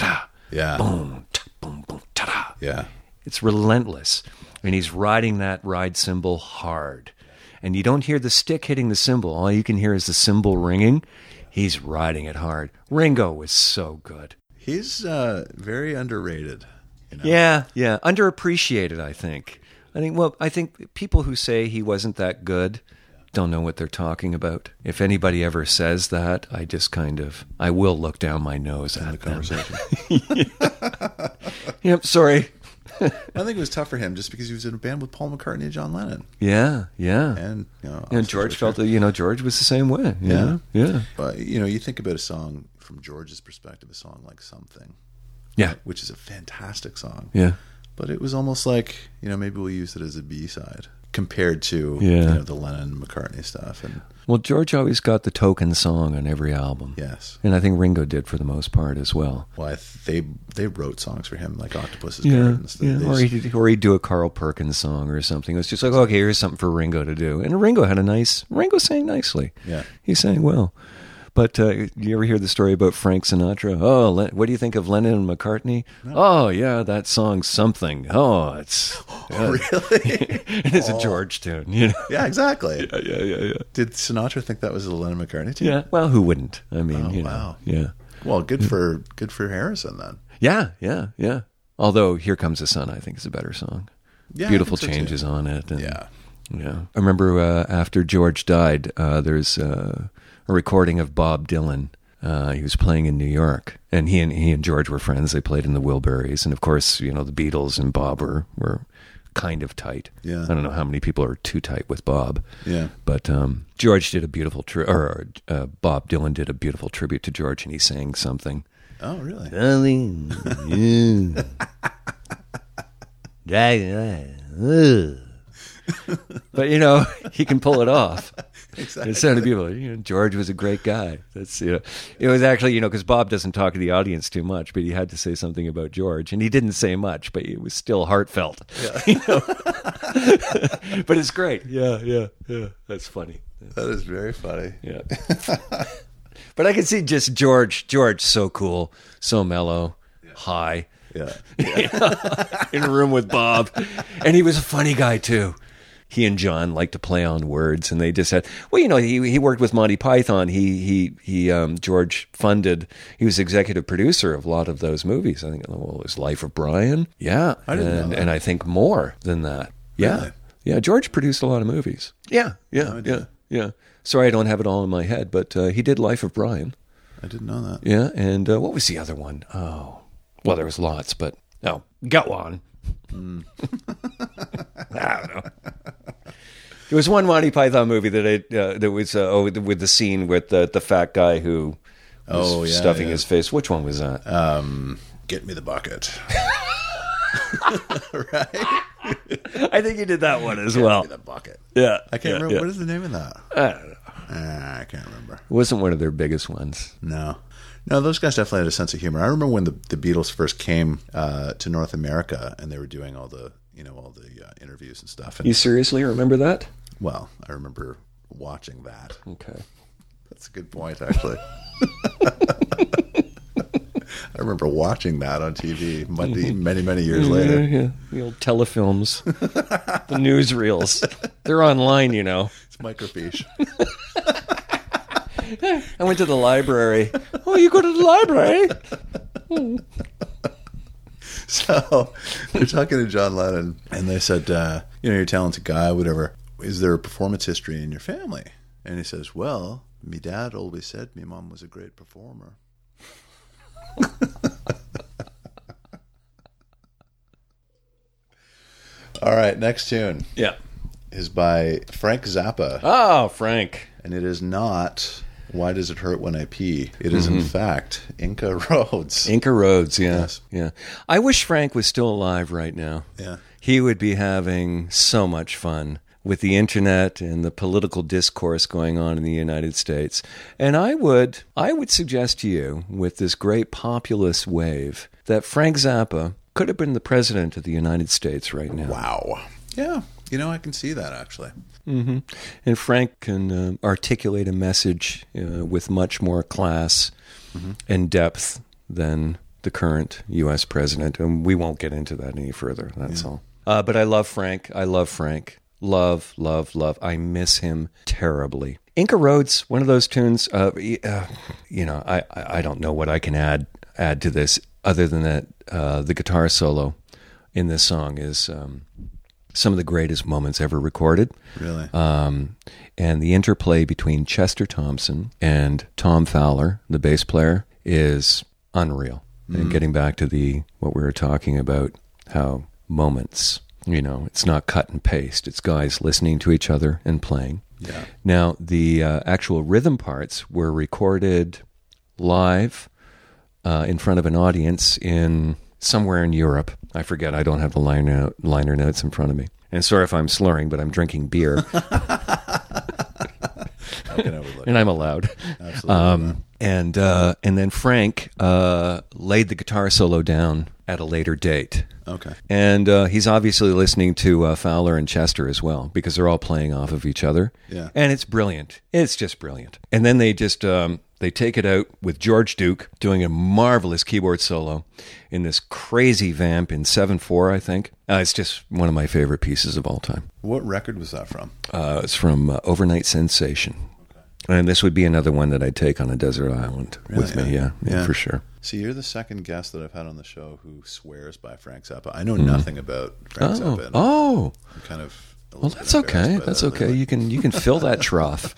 Speaker 2: da
Speaker 1: Yeah.
Speaker 2: boom ta boom boom ta da.
Speaker 1: Yeah.
Speaker 2: It's relentless. And he's riding that ride cymbal hard. And you don't hear the stick hitting the cymbal. All you can hear is the cymbal ringing. He's riding it hard. Ringo was so good.
Speaker 1: He's uh, very underrated. You know?
Speaker 2: Yeah, yeah. Underappreciated, I think. I think well, I think people who say he wasn't that good don't know what they're talking about. If anybody ever says that, I just kind of I will look down my nose at the
Speaker 1: Conversation.
Speaker 2: Yep, sorry.
Speaker 1: I think it was tough for him just because he was in a band with Paul McCartney and John Lennon.
Speaker 2: Yeah, yeah.
Speaker 1: And, you know,
Speaker 2: and
Speaker 1: obviously
Speaker 2: George
Speaker 1: Richard.
Speaker 2: felt that you know George was the same way. yeah, yeah,
Speaker 1: But, you know, you think about a song from George's perspective, a song like Something,
Speaker 2: yeah,
Speaker 1: which is a fantastic song.
Speaker 2: yeah.
Speaker 1: But it was almost like, you know, maybe we'll use it as a B side compared to, you
Speaker 2: Yeah.
Speaker 1: know, the Lennon McCartney stuff. And
Speaker 2: Well, George always got the token song on every album.
Speaker 1: yes,
Speaker 2: And I think Ringo did for the most part as well.
Speaker 1: why they they wrote songs for him, like Octopus's
Speaker 2: Yeah,
Speaker 1: Garden. So
Speaker 2: yeah.
Speaker 1: they
Speaker 2: Or,
Speaker 1: just-
Speaker 2: he'd, or he'd do a Carl Perkins song or something. It was just like, okay, here's something for Ringo to do. And Ringo had a nice, Ringo sang nicely.
Speaker 1: Yeah.
Speaker 2: He sang well. But uh, you ever hear the story about Frank Sinatra? Oh, Le- what do you think of Lennon and McCartney? Oh, yeah, that song's something. Oh, it's.
Speaker 1: really?
Speaker 2: And it's a George tune, you know?
Speaker 1: yeah, exactly.
Speaker 2: Yeah, yeah, yeah, yeah.
Speaker 1: Did Sinatra think that was a Lennon McCartney tune?
Speaker 2: Yeah, Mm. well, who wouldn't? I mean, you know,
Speaker 1: wow.
Speaker 2: yeah.
Speaker 1: Well, good for good for Harrison then.
Speaker 2: Yeah, yeah, yeah. Although "Here Comes the Sun" I think is a better song.
Speaker 1: Yeah, I
Speaker 2: Beautiful
Speaker 1: think so, too.
Speaker 2: changes on it. and-
Speaker 1: Yeah.
Speaker 2: yeah. I remember uh, after George died, uh, there's uh, a recording of Bob Dylan. Uh, he was playing in New York, and he and he and George were friends. They played in the Wilburys, and of course, you know the Beatles and Bob were were kind of tight.
Speaker 1: Yeah.
Speaker 2: I don't know how many people are too tight with Bob.
Speaker 1: Yeah.
Speaker 2: But um, George did a beautiful tri- or uh, Bob Dylan did a beautiful tribute to George, and he sang something.
Speaker 1: Oh, really?
Speaker 2: Darling, you. Dragon, ugh. But you know, he can pull it off.
Speaker 1: Exactly.
Speaker 2: It sounded beautiful. You know, George was a great guy. That's you know, it was actually you know because Bob doesn't talk to the audience too much, but he had to say something about George, and he didn't say much, but it was still heartfelt. You know? but it's great. Yeah, yeah, yeah. That's funny.
Speaker 1: That is very funny.
Speaker 2: Yeah. but I can see just George. George, so cool, so mellow, high,
Speaker 1: Yeah.
Speaker 2: in a room with Bob. and he was a funny guy, too. He and John liked to play on words, and they just had. Well, you know, he he worked with Monty Python. He he he. Um, George funded. He was executive producer of a lot of those movies. I think well, it was Life of Brian. Yeah,
Speaker 1: I didn't know
Speaker 2: and,
Speaker 1: that.
Speaker 2: and I think more than that. Yeah,
Speaker 1: Really?
Speaker 2: yeah. George produced a lot of movies. Yeah, yeah,
Speaker 1: I
Speaker 2: yeah,
Speaker 1: didn't.
Speaker 2: yeah. Sorry, I don't have it all in my head, but uh, he did Life of Brian.
Speaker 1: I didn't know that.
Speaker 2: Yeah, and uh, what was the other one? Oh, well, there was lots, but no, go on. I don't know. There was one Monty Python movie that I uh, that was uh, oh, with the- with the scene with the the fat guy who was
Speaker 1: Oh, yeah,
Speaker 2: stuffing
Speaker 1: yeah. Uh,
Speaker 2: his face. Which one was that?
Speaker 1: Get me the bucket.
Speaker 2: I think you did that one as well.
Speaker 1: the bucket.
Speaker 2: Yeah,
Speaker 1: I can't
Speaker 2: yeah,
Speaker 1: remember.
Speaker 2: yeah.
Speaker 1: What is the name of that?
Speaker 2: I don't know.
Speaker 1: Ah, I can't remember.
Speaker 2: It wasn't one of their biggest ones.
Speaker 1: No. No, those guys definitely had a sense of humor. I remember when the, the Beatles first came uh, to North America and they were doing all the, you know, all the uh, interviews and stuff. And
Speaker 2: You seriously remember that?
Speaker 1: well, I remember watching that.
Speaker 2: Okay.
Speaker 1: That's a good point, actually. I remember watching that on TV Monday, many, many years
Speaker 2: Yeah,
Speaker 1: later.
Speaker 2: yeah. The old telefilms, the newsreels. They're online, you know.
Speaker 1: It's microfiche.
Speaker 2: I went to the library. oh, you go to the library?
Speaker 1: So they're talking to John Lennon, and they said, uh, "You know, you're a talented guy. Whatever. Is there a performance history in your family?" And he says, "Well, me dad always said me mom was a great performer." All right, next tune
Speaker 2: Yeah.
Speaker 1: is by Frank Zappa,
Speaker 2: Oh, Frank.
Speaker 1: and it is not "Why Does It Hurt When I Pee." It is, in fact, Inca Roads.
Speaker 2: Inca Roads, yeah.
Speaker 1: Yes.
Speaker 2: Yeah. I wish Frank was still alive right now.
Speaker 1: Yeah.
Speaker 2: He would be having so much fun with the internet and the political discourse going on in the United States. And I would I would suggest to you with this great populist wave that Frank Zappa could have been the president of the United States right now.
Speaker 1: Wow. Yeah. You know, I can see that actually.
Speaker 2: hmm And Frank can um articulate a message uh, with much more class and depth than the current U.S. president. And we won't get into that any further. That's all. Uh, but I love Frank. I love Frank. Love, love, love. I miss him terribly. Inca Roads, one of those tunes. Uh, y- uh, you know, I, I I don't know what I can add add to this other than that uh, the guitar solo in this song is um, some of the greatest moments ever recorded
Speaker 1: Really.
Speaker 2: um, and the interplay between Chester Thompson and Tom Fowler, the bass player, is unreal. And getting back to the what we were talking about, how moments, you know, it's not cut and paste. It's guys listening to each other and playing.
Speaker 1: yeah.
Speaker 2: Now the uh, actual rhythm parts were recorded live uh, in front of an audience in somewhere in Europe. I forget. I don't have the liner liner notes in front of me. And sorry if I'm slurring, but I'm drinking beer.
Speaker 1: How can I overlook? it?
Speaker 2: and I'm allowed.
Speaker 1: Absolutely.
Speaker 2: Um, and uh, and then Frank uh, laid the guitar solo down at a later date,
Speaker 1: okay.
Speaker 2: and uh, he's obviously listening to uh, Fowler and Chester as well because they're all playing off of each other.
Speaker 1: Yeah.
Speaker 2: and it's brilliant. It's just brilliant. And then they just um, they take it out with George Duke doing a marvelous keyboard solo in this crazy vamp in seven four. I think uh, it's just one of my favorite pieces of all time.
Speaker 1: What record was that from?
Speaker 2: Uh, it's from uh, Overnight Sensation. And this would be another one that I'd take on a desert island with me. Yeah, yeah,
Speaker 1: Yeah.
Speaker 2: for sure.
Speaker 1: See, you're the second guest that I've had on the show who swears by Frank Zappa. I know nothing about Frank
Speaker 2: Hmm. Oh,
Speaker 1: Zappa. and
Speaker 2: oh,
Speaker 1: I'm kind of. a
Speaker 2: well,
Speaker 1: little bit
Speaker 2: that's
Speaker 1: embarrassed
Speaker 2: okay.
Speaker 1: by
Speaker 2: That's
Speaker 1: that
Speaker 2: okay.
Speaker 1: lately.
Speaker 2: You can you can fill that trough.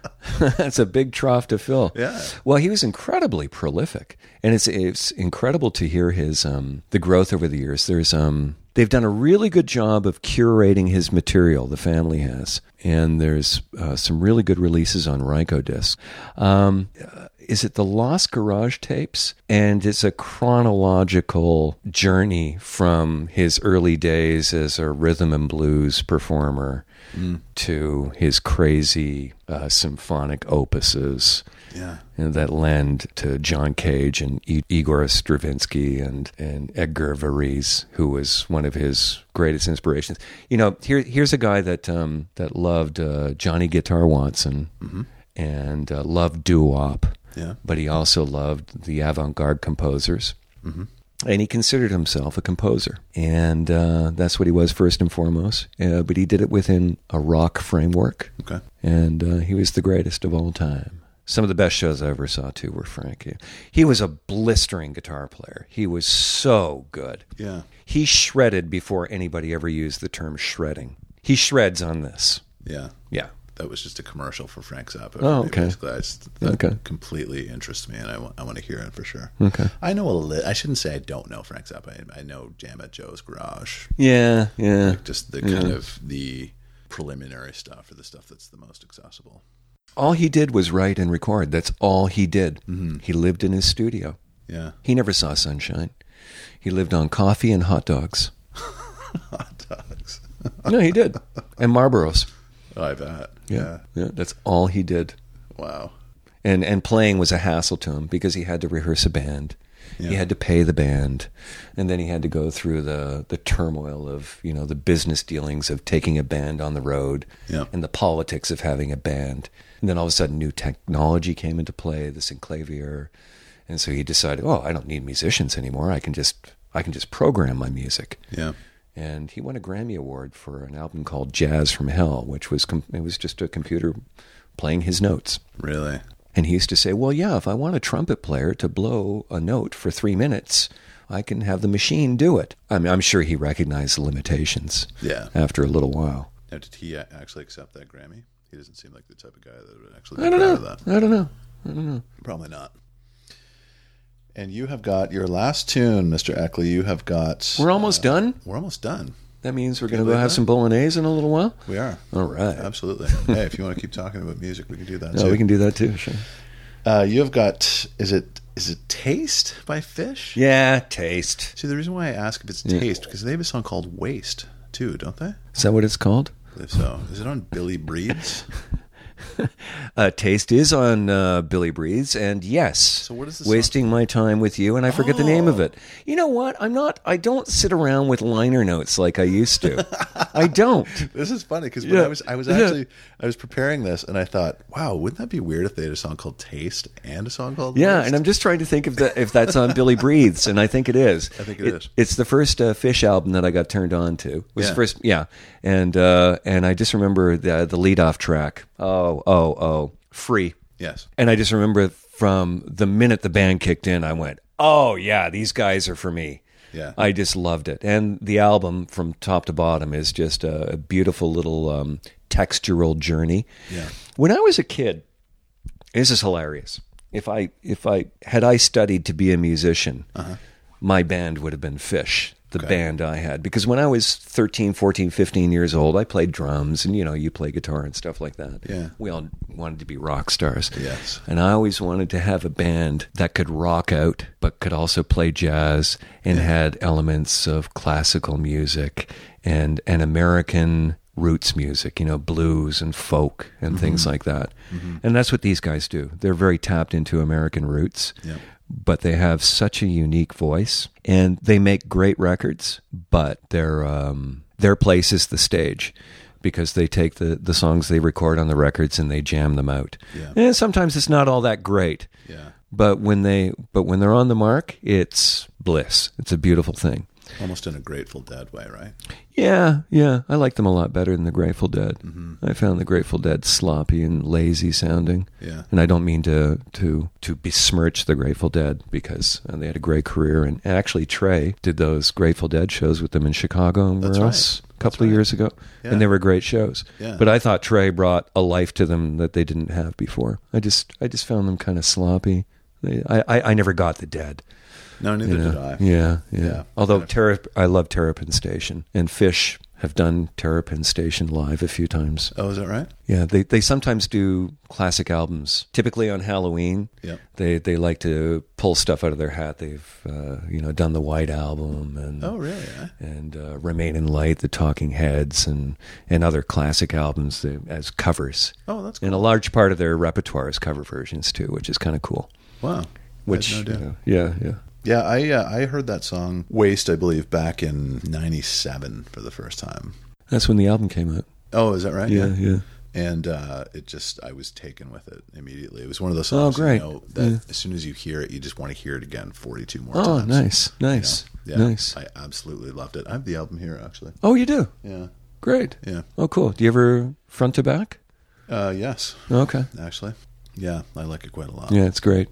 Speaker 2: that's a big trough to fill.
Speaker 1: Yeah.
Speaker 2: Well, he was incredibly prolific, and it's it's incredible to hear his um, the growth over the years. There's um they've done a really good job of curating his material. The family has, and there's uh, some really good releases on Ryko discs. Um, uh, is it the Lost Garage tapes? And it's a chronological journey from his early days as a rhythm and blues performer. To his crazy uh, symphonic opuses,
Speaker 1: Yeah.
Speaker 2: you know, that lend to John Cage and I- Igor Stravinsky and, and Edgar Varese, who was one of his greatest inspirations. You know, here, here's a guy that, um, that loved uh, Johnny Guitar Watson and uh, loved doo wop,
Speaker 1: Yeah.
Speaker 2: but he also loved the avant garde composers. And he considered himself a composer. And uh, that's what he was first and foremost. Uh, but he did it within a rock framework
Speaker 1: Okay.
Speaker 2: and uh, he was the greatest of all time. Some of the best shows I ever saw too were Frank. He- He was a blistering guitar player. He was so good.
Speaker 1: Yeah.
Speaker 2: He shredded before anybody ever used the term shredding. He shreds on this.
Speaker 1: Yeah.
Speaker 2: Yeah.
Speaker 1: That was just a commercial for Frank Zappa.
Speaker 2: Oh, okay.
Speaker 1: Basically, I just, that
Speaker 2: Okay. Hmm.
Speaker 1: completely interests me, and I want to hear it for sure.
Speaker 2: Okay.
Speaker 1: I know a li- I shouldn't say I don't know Frank Zappa. I, I know Jam at Joe's Garage.
Speaker 2: Yeah, yeah.
Speaker 1: Just the kind of the preliminary stuff or the stuff that's the most accessible.
Speaker 2: All he did was write and record. That's all he did. He lived in his studio.
Speaker 1: Yeah.
Speaker 2: He never saw sunshine. He lived on coffee and hot dogs.
Speaker 1: Hot dogs.
Speaker 2: No, he did. And Marlboros.
Speaker 1: Oh, I bet.
Speaker 2: Yeah, that's all he did.
Speaker 1: Wow.
Speaker 2: and and playing was a hassle to him because he had to rehearse a band he
Speaker 1: Yeah.
Speaker 2: had to pay the band and then he had to go through the the turmoil of you know the business dealings of taking a band on the road
Speaker 1: Yeah.
Speaker 2: and the politics of having a band and then all of a sudden new technology came into play the synclavier and so he decided oh i don't need musicians anymore i can just i can just program my music
Speaker 1: Yeah.
Speaker 2: and he won a Grammy Award for an album called Jazz from Hell, which was com- it was just a computer playing his notes.
Speaker 1: Really.
Speaker 2: And he used to say, Well, yeah, if I want a trumpet player to blow a note for three minutes, I can have the machine do it. I mean, I'm sure he recognized the limitations
Speaker 1: Yeah.
Speaker 2: after a little while.
Speaker 1: Now, did he a- actually accept that Grammy? He doesn't seem like the type of guy that would actually be
Speaker 2: I don't
Speaker 1: proud
Speaker 2: know.
Speaker 1: of that.
Speaker 2: I don't know.
Speaker 1: Probably not. And you have got your last tune, Mr. Eckley. You have got.
Speaker 2: We're almost done.
Speaker 1: We're almost done.
Speaker 2: That means we're going to go
Speaker 1: believe
Speaker 2: have
Speaker 1: that?
Speaker 2: some bolognese in a little while.
Speaker 1: We are.
Speaker 2: All right.
Speaker 1: Absolutely. hey, if you want to keep talking about music, we can do that
Speaker 2: No,
Speaker 1: too.
Speaker 2: we can do that too. Sure.
Speaker 1: Uh, you have got. Is it is it Taste by Fish?
Speaker 2: Yeah, taste.
Speaker 1: See, the reason why I ask if it's Taste because they have a song called Waste too, don't they?
Speaker 2: Is that what it's called?
Speaker 1: I believe so. Is it on Billy Breeds?
Speaker 2: uh, taste is on uh, Billy Breathes, and yes,
Speaker 1: So what is the song Oh.
Speaker 2: wasting my time with you, and I forget the name of it. You know what? I'm not. I don't sit around with liner notes like I used to. I don't.
Speaker 1: This is funny because
Speaker 2: Yeah.
Speaker 1: I was I was
Speaker 2: Yeah.
Speaker 1: actually I was preparing this and I thought, wow, wouldn't that be weird if they had a song called Taste and a song called
Speaker 2: Yeah,
Speaker 1: List?
Speaker 2: and I'm just trying to think if that if that's on Billy Breathes, and I think it is. I
Speaker 1: think it is.
Speaker 2: It's the first uh, Fish album that I got turned on to. It was
Speaker 1: Yeah.
Speaker 2: the first, yeah, and uh, and I just remember the the lead off track. Oh, oh, oh, free.
Speaker 1: yes,
Speaker 2: And I just remember from the minute the band kicked in, I went, "Oh yeah, these guys are for me."
Speaker 1: Yeah.
Speaker 2: I just loved it, and the album from top to bottom is just a, a beautiful little um, textural journey.
Speaker 1: Yeah.
Speaker 2: When I was a kid, this is hilarious. If I if I had I studied to be a musician,
Speaker 1: Uh-huh.
Speaker 2: my band would have been Fish, the band I had because when I was 13, 14, 15 years old, I played drums and you know, you play guitar and stuff like that.
Speaker 1: Yeah.
Speaker 2: We all wanted to be rock stars.
Speaker 1: Yes.
Speaker 2: And I always wanted to have a band that could rock out but could also play jazz and had elements of classical music and and American roots music, you know, blues and folk and things like that. And that's what these guys do. They're very tapped into American roots.
Speaker 1: Yeah.
Speaker 2: But they have such a unique voice, and they make great records. But their um, their place is the stage, because they take the, the songs they record on the records and they jam them out.
Speaker 1: Yeah.
Speaker 2: And Eh, sometimes it's not all that great.
Speaker 1: yeah,
Speaker 2: But when they but when they're on the mark, it's bliss. It's a beautiful thing.
Speaker 1: almost in a Grateful Dead way, right?
Speaker 2: Yeah, yeah, I like them a lot better than the Grateful Dead. I found the Grateful Dead sloppy and lazy sounding.
Speaker 1: Yeah.
Speaker 2: and I don't mean to to to besmirch the Grateful Dead because uh, they had a great career. And actually, Trey did those Grateful Dead shows with them in Chicago and where
Speaker 1: That's right.
Speaker 2: else a couple of years ago,
Speaker 1: Yeah.
Speaker 2: and they were great shows.
Speaker 1: Yeah.
Speaker 2: But I thought Trey brought a life to them that they didn't have before. I just I just found them kind of sloppy. They, I, I I never got the Dead.
Speaker 1: No, neither
Speaker 2: Yeah.
Speaker 1: did I.
Speaker 2: Yeah, yeah.
Speaker 1: Yeah.
Speaker 2: Although
Speaker 1: Yeah.
Speaker 2: Terrap- I love Terrapin Station and Fish have done Terrapin Station live a few times.
Speaker 1: Oh, is that right?
Speaker 2: Yeah, they, they sometimes do classic albums, typically on Halloween.
Speaker 1: Yep.
Speaker 2: They they like to pull stuff out of their hat. They've uh, you know done the White Album and
Speaker 1: Oh, really? Eh?
Speaker 2: and uh, Remain in Light, the Talking Heads, and and other classic albums that, as covers.
Speaker 1: Oh, that's
Speaker 2: And a large part of their repertoire is cover versions too, which is kind of cool.
Speaker 1: Wow. I
Speaker 2: Which
Speaker 1: had no idea.
Speaker 2: you know, yeah yeah.
Speaker 1: yeah, I uh, I heard that song Waste, I believe, back in '97 for the first time.
Speaker 2: That's when the album came out.
Speaker 1: Oh, is that right?
Speaker 2: Yeah, yeah.
Speaker 1: and uh, it just I was taken with it immediately. It was one of those songs
Speaker 2: Oh, great.
Speaker 1: you know, that as soon as you hear it, you just want to hear it again forty two more
Speaker 2: Oh,
Speaker 1: times.
Speaker 2: nice,
Speaker 1: You know?
Speaker 2: nice,
Speaker 1: Yeah,
Speaker 2: nice.
Speaker 1: I absolutely loved it. I have the album here actually.
Speaker 2: oh, you do?
Speaker 1: Yeah,
Speaker 2: Great.
Speaker 1: yeah,
Speaker 2: Oh, cool. Do you ever front to back?
Speaker 1: uh, yes,
Speaker 2: Okay.
Speaker 1: actually, yeah, I like it quite a lot.
Speaker 2: Yeah, it's great.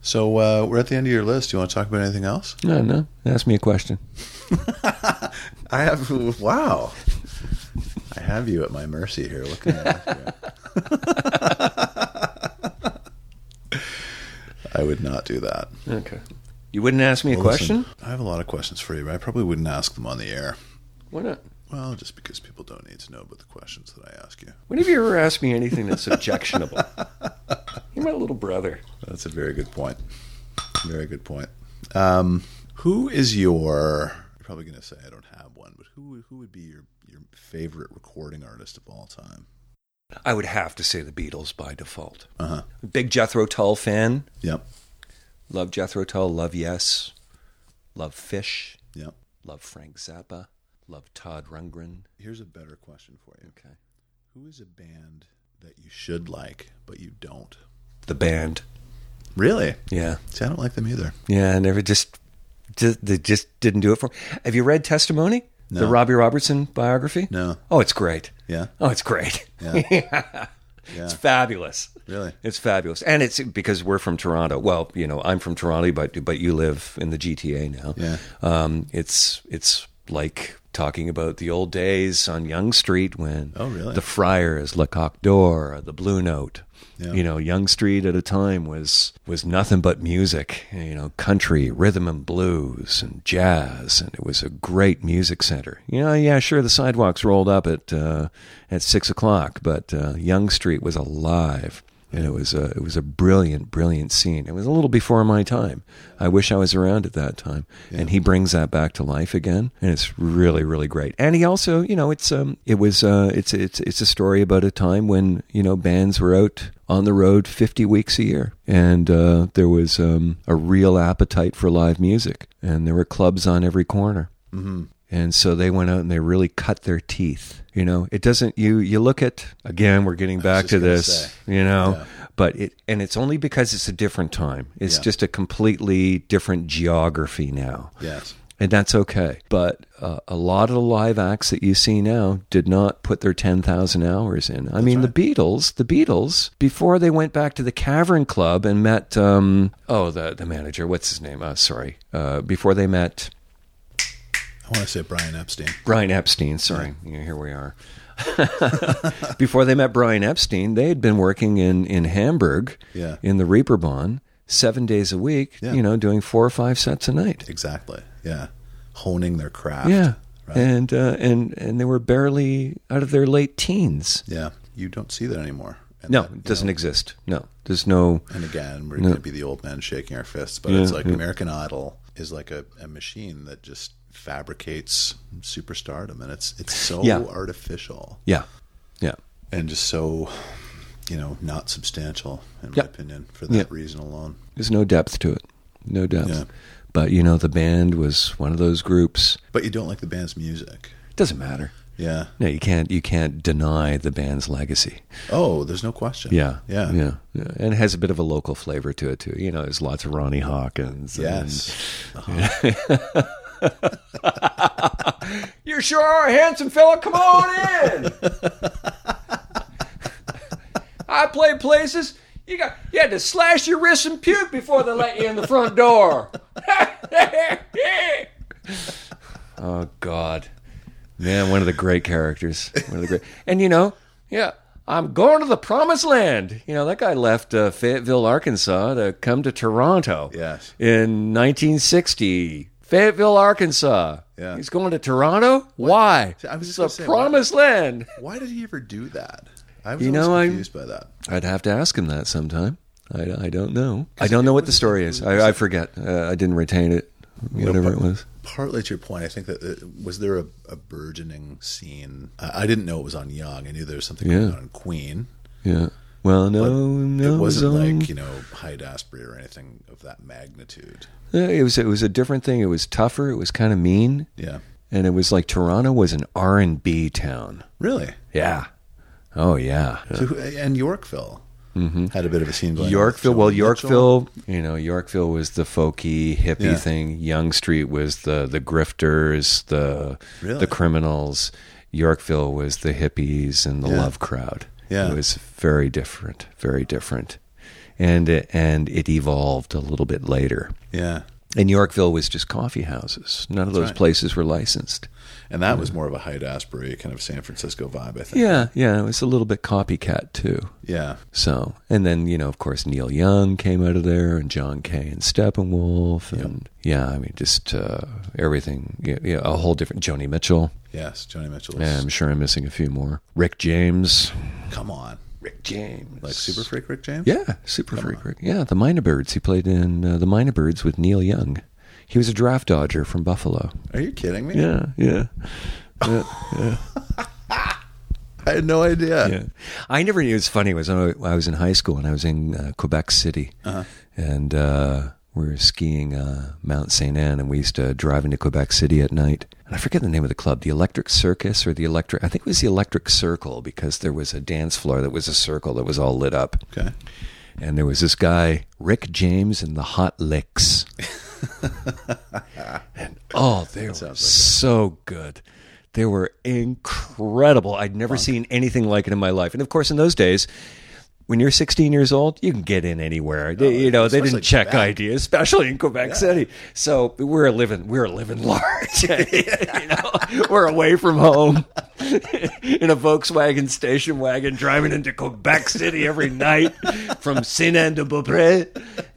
Speaker 1: So uh, we're at the end of your list. Do you want to talk about anything else?
Speaker 2: No, no. Ask me a question.
Speaker 1: I have wow. I have you at my mercy here. What can I ask you? I would not do that.
Speaker 2: Okay. You wouldn't ask me a
Speaker 1: Well,
Speaker 2: question?
Speaker 1: listen, I have a lot of questions for you, but I probably wouldn't ask them on the air.
Speaker 2: Why not?
Speaker 1: Well, just because people don't need to know about the questions that I ask you.
Speaker 2: When have you ever asked me anything that's objectionable? You're my little brother.
Speaker 1: That's a very good point. Very good point. Um, who is your? You're probably going to say I don't have one, but who who would be your your favorite recording artist of all time?
Speaker 2: I would have to say the Beatles by default.
Speaker 1: Uh huh.
Speaker 2: Big Jethro Tull fan.
Speaker 1: Yep.
Speaker 2: Love Jethro Tull. Love Yes. Love Fish.
Speaker 1: Yep.
Speaker 2: Love Frank Zappa. Love Todd Rundgren.
Speaker 1: Here's a better question for you.
Speaker 2: Okay.
Speaker 1: Who is a band that you should like but you don't?
Speaker 2: The band.
Speaker 1: Really?
Speaker 2: Yeah.
Speaker 1: See, I don't like them either.
Speaker 2: Yeah, I never just, just they just didn't do it for. Me. Have you read Testimony, the
Speaker 1: No.
Speaker 2: Robbie Robertson biography?
Speaker 1: No.
Speaker 2: Oh, it's great.
Speaker 1: Yeah.
Speaker 2: Oh, it's great.
Speaker 1: Yeah.
Speaker 2: It's fabulous.
Speaker 1: Really?
Speaker 2: It's fabulous, and it's because we're from Toronto. Well, you know, I'm from Toronto, but but you live in the GTA now.
Speaker 1: Yeah.
Speaker 2: Um, it's it's like talking about the old days on Young Street when
Speaker 1: Oh, really?
Speaker 2: the Friars, Le Coq d'Or, the Blue Note.
Speaker 1: Yeah.
Speaker 2: You know, Young Street at a time was was nothing but music. You know, country, rhythm and blues, and jazz, and it was a great music center. You know, yeah, sure, the sidewalks rolled up at uh, at six o'clock, but uh, Young Street was alive. and it was a it was a brilliant, brilliant scene. It was a little before my time. I wish I was around at that time. And he brings that back to life again, and it's really, really great. And he also, you know, it's um, it was uh, it's it's it's a story about a time when you know bands were out on the road 50 weeks a year. And uh, there was um, a real appetite for live music. And there were clubs on every corner. Mm-hmm. And so they went out and they really cut their teeth. You know, it doesn't, you, you look at, again, we're getting back
Speaker 1: just
Speaker 2: to
Speaker 1: gonna
Speaker 2: this,
Speaker 1: say.
Speaker 2: you know, but it, and it's only because it's a different time. It's
Speaker 1: Yeah.
Speaker 2: just a completely different geography now.
Speaker 1: Yes.
Speaker 2: And that's okay. But uh, a lot of the live acts that you see now did not put their 10,000 hours in. I mean, the Beatles, the Beatles, before they went back to the Cavern Club and met, um, oh, the, the manager, what's his name? Uh, sorry. Uh, before they met
Speaker 1: I want to say Brian Epstein.
Speaker 2: Brian Epstein, sorry. Yeah, Here we are. before they met Brian Epstein, they had been working in, in Hamburg
Speaker 1: Yeah.
Speaker 2: in the Reeperbahn seven days a week,
Speaker 1: Yeah.
Speaker 2: you know, doing four or five sets a night.
Speaker 1: Exactly. Yeah. Honing their craft.
Speaker 2: Yeah.
Speaker 1: Right.
Speaker 2: And uh, and and they were barely out of their late teens.
Speaker 1: Yeah. You don't see that anymore. And
Speaker 2: No,
Speaker 1: that, you
Speaker 2: it doesn't exist. No, there's no.
Speaker 1: And again, we're going to be the old men shaking our fists, but it's like American Idol is like a, a machine that just fabricates superstardom, and it's it's so
Speaker 2: Yeah.
Speaker 1: artificial
Speaker 2: Yeah, yeah,
Speaker 1: and just so you know not substantial in
Speaker 2: Yeah.
Speaker 1: my opinion for that
Speaker 2: Yeah.
Speaker 1: reason alone.
Speaker 2: there's no depth to it. No depth.
Speaker 1: Yeah.
Speaker 2: But you know, the band was one of those groups.
Speaker 1: But you don't like the band's music,
Speaker 2: Doesn't matter.
Speaker 1: yeah?
Speaker 2: No, you can't. You can't deny the band's legacy.
Speaker 1: Oh, there's no question.
Speaker 2: Yeah,
Speaker 1: yeah,
Speaker 2: yeah, yeah. And it has a bit of a local flavor to it too. You know, there's lots of Ronnie Hawkins.
Speaker 1: Yes,
Speaker 2: And, You're sure, handsome fella. Come on in. I played places. You got you had to slash your wrists and puke before they let you in the front door. oh God, man, one of the great characters. One of the great, and you know, yeah, I'm going to the promised land. You know, that guy left uh, Fayetteville, Arkansas, to come to Toronto.
Speaker 1: Yes.
Speaker 2: in 1960. Fayetteville, Arkansas.
Speaker 1: Yeah.
Speaker 2: He's going to Toronto? Why?
Speaker 1: I was just
Speaker 2: the
Speaker 1: gonna say, why-
Speaker 2: promised land.
Speaker 1: Why did he ever do that? I was
Speaker 2: You know,
Speaker 1: always
Speaker 2: I'm-
Speaker 1: confused by that.
Speaker 2: I'd have to ask him that sometime. I, I don't know. I don't know what the story is. I, I forget. Uh, I didn't retain it, whatever it was.
Speaker 1: Partly to your point, I think that it, was there a, a burgeoning scene? I, I didn't know it was on Young. I knew there was something
Speaker 2: Yeah.
Speaker 1: going on in Queen.
Speaker 2: Yeah. Well, no, no, um,
Speaker 1: it wasn't
Speaker 2: on-
Speaker 1: like you know Hyde Asprey or anything of that magnitude.
Speaker 2: Yeah, it was. It was a different thing. It was tougher. It was kind of mean,
Speaker 1: Yeah,
Speaker 2: and it was like Toronto was an R and B town.
Speaker 1: really.
Speaker 2: Yeah. Oh yeah. Mm-hmm.
Speaker 1: So who- and Yorkville had a bit of a scene. Going
Speaker 2: Yorkville.
Speaker 1: On.
Speaker 2: Well,
Speaker 1: Mitchell-
Speaker 2: Yorkville. You know, Yorkville was the folky hippie
Speaker 1: Yeah.
Speaker 2: thing. Young Street was the the grifters, the
Speaker 1: Really?
Speaker 2: the criminals. Yorkville was the hippies and the love crowd.
Speaker 1: Yeah.
Speaker 2: it was very different. Very different, and it, and it evolved a little bit later.
Speaker 1: Yeah,
Speaker 2: And Yorkville was just coffee houses. None of those
Speaker 1: right.
Speaker 2: places were licensed.
Speaker 1: and that was more of a Hyde Asprey kind of San Francisco vibe. I think.
Speaker 2: Yeah, yeah, it was a little bit copycat too.
Speaker 1: Yeah.
Speaker 2: So, and then you know, of course, Neil Young came out of there, and John Kay and Steppenwolf, and yeah, I mean, just uh, everything, yeah, yeah, a whole different. Joni Mitchell,
Speaker 1: Yes, Joni Mitchell.
Speaker 2: Yeah,
Speaker 1: Is,
Speaker 2: I'm sure I'm missing a few more. Rick James,
Speaker 1: come on,
Speaker 2: Rick James,
Speaker 1: like Super Freak Rick James.
Speaker 2: yeah, super freak, Rick. yeah, the Minor Birds. He played in uh, the Minor Birds with Neil Young. He was a draft dodger from Buffalo.
Speaker 1: Are you kidding me?
Speaker 2: Yeah, yeah.
Speaker 1: I had no idea.
Speaker 2: yeah. I never knew. It's funny. Was when I was in high school and I was in uh, Quebec City, and uh, we were skiing uh, Mount Saint Anne, and we used to drive into Quebec City at night. And I forget the name of the club, the Electric Circus or the Electric. I think it was the Electric Circle because there was a dance floor that was a circle that was all lit up,
Speaker 1: Okay.
Speaker 2: and there was this guy Rick James and the Hot Licks. and oh, they were
Speaker 1: sounds like a-
Speaker 2: so good. They were incredible. I'd never seen anything like it in my life. And of course, in those days, when you're 16 years old, you can get in anywhere. They- you know, they didn't
Speaker 1: Oh, especially
Speaker 2: check
Speaker 1: Quebec.
Speaker 2: ID, especially in Quebec City. So we're living, we're living large. you know, we're away from home in a Volkswagen station wagon, driving into Quebec City every night from Saint Anne de Beaupré,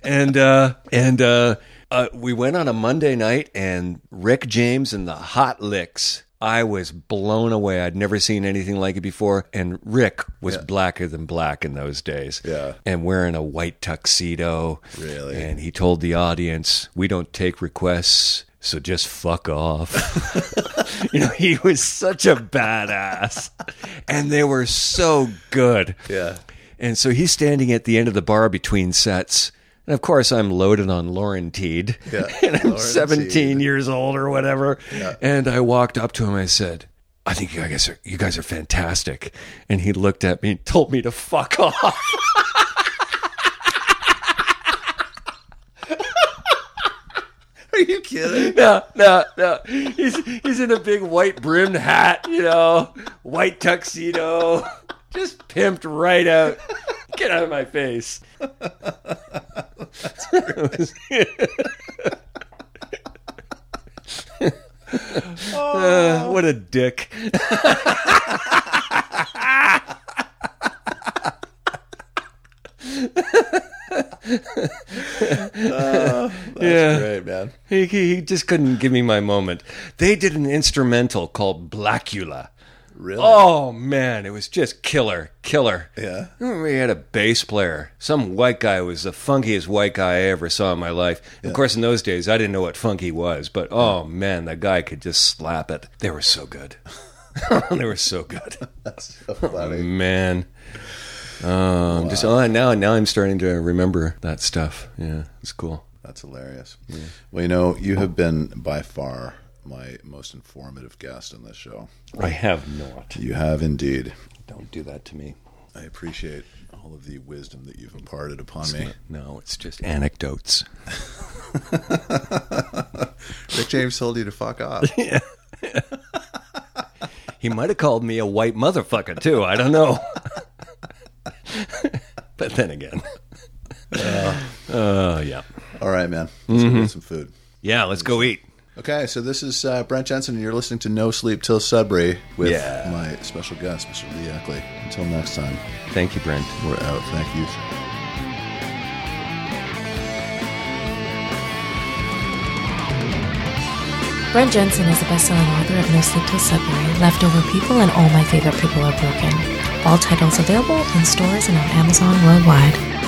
Speaker 2: and uh, and uh, uh, we went on a Monday night, and Rick James and the Hot Licks I was blown away. I'd never seen anything like it before. And Rick was blacker than black in those days.
Speaker 1: Yeah.
Speaker 2: And wearing a white tuxedo.
Speaker 1: Really?
Speaker 2: And he told the audience, we don't take requests. So just fuck off. you know, he was such a badass. And they were so good.
Speaker 1: Yeah.
Speaker 2: And so he's standing at the end of the bar between sets. And of course, I'm loaded on Lauren Teed.
Speaker 1: Yeah,
Speaker 2: and I'm
Speaker 1: Lauren
Speaker 2: 17
Speaker 1: Teed.
Speaker 2: years old or whatever. And I walked up to him. I said, I think you guys, are, you guys are fantastic. And he looked at me and told me to fuck off.
Speaker 1: Are you kidding?
Speaker 2: no, no, no. He's, he's in a big white brimmed hat, you know, white tuxedo, just pimped right out. Get out of my face. Uh, what a dick. yeah.
Speaker 1: Great, man.
Speaker 2: He, he, he just couldn't give me my moment. They did an instrumental called Blackula.
Speaker 1: Really?
Speaker 2: Oh man, it was just killer, killer. Mm,
Speaker 1: Yeah.
Speaker 2: We had a bass player. Some white guy was the funkiest white guy I ever saw in my life. Of course, in those days, I didn't know what funky was, but oh man, that guy could just slap it. They were so good. they were so good.
Speaker 1: That's so funny.
Speaker 2: Man. Um, Just oh, now, now I'm starting to remember that stuff. Yeah, it's cool.
Speaker 1: That's hilarious. Well, you know, you have been by far my most informative guest on this show.
Speaker 2: I have not.
Speaker 1: You have indeed.
Speaker 2: Don't do that to me.
Speaker 1: I appreciate all of the wisdom that you've imparted upon me.
Speaker 2: No, it's just anecdotes.
Speaker 1: Rick James told you to fuck off.
Speaker 2: He might have called me a white motherfucker too. I don't know. but then again, uh, yeah,
Speaker 1: all right, man. Let's go get some food.
Speaker 2: yeah. Let's go eat.
Speaker 1: Okay, so this is uh, Brent Jensen, and you're listening to No Sleep Till Sudbury with
Speaker 2: Yeah.
Speaker 1: my special guest, Mr. Lee Eckley. Until next time,
Speaker 2: Thank you, Brent.
Speaker 1: we're out. Thank you.
Speaker 3: Brent Jensen is a best-selling author of No Sleep Till Sudbury, Leftover People, and All My Favorite People Are Broken. All titles available in stores and on Amazon worldwide.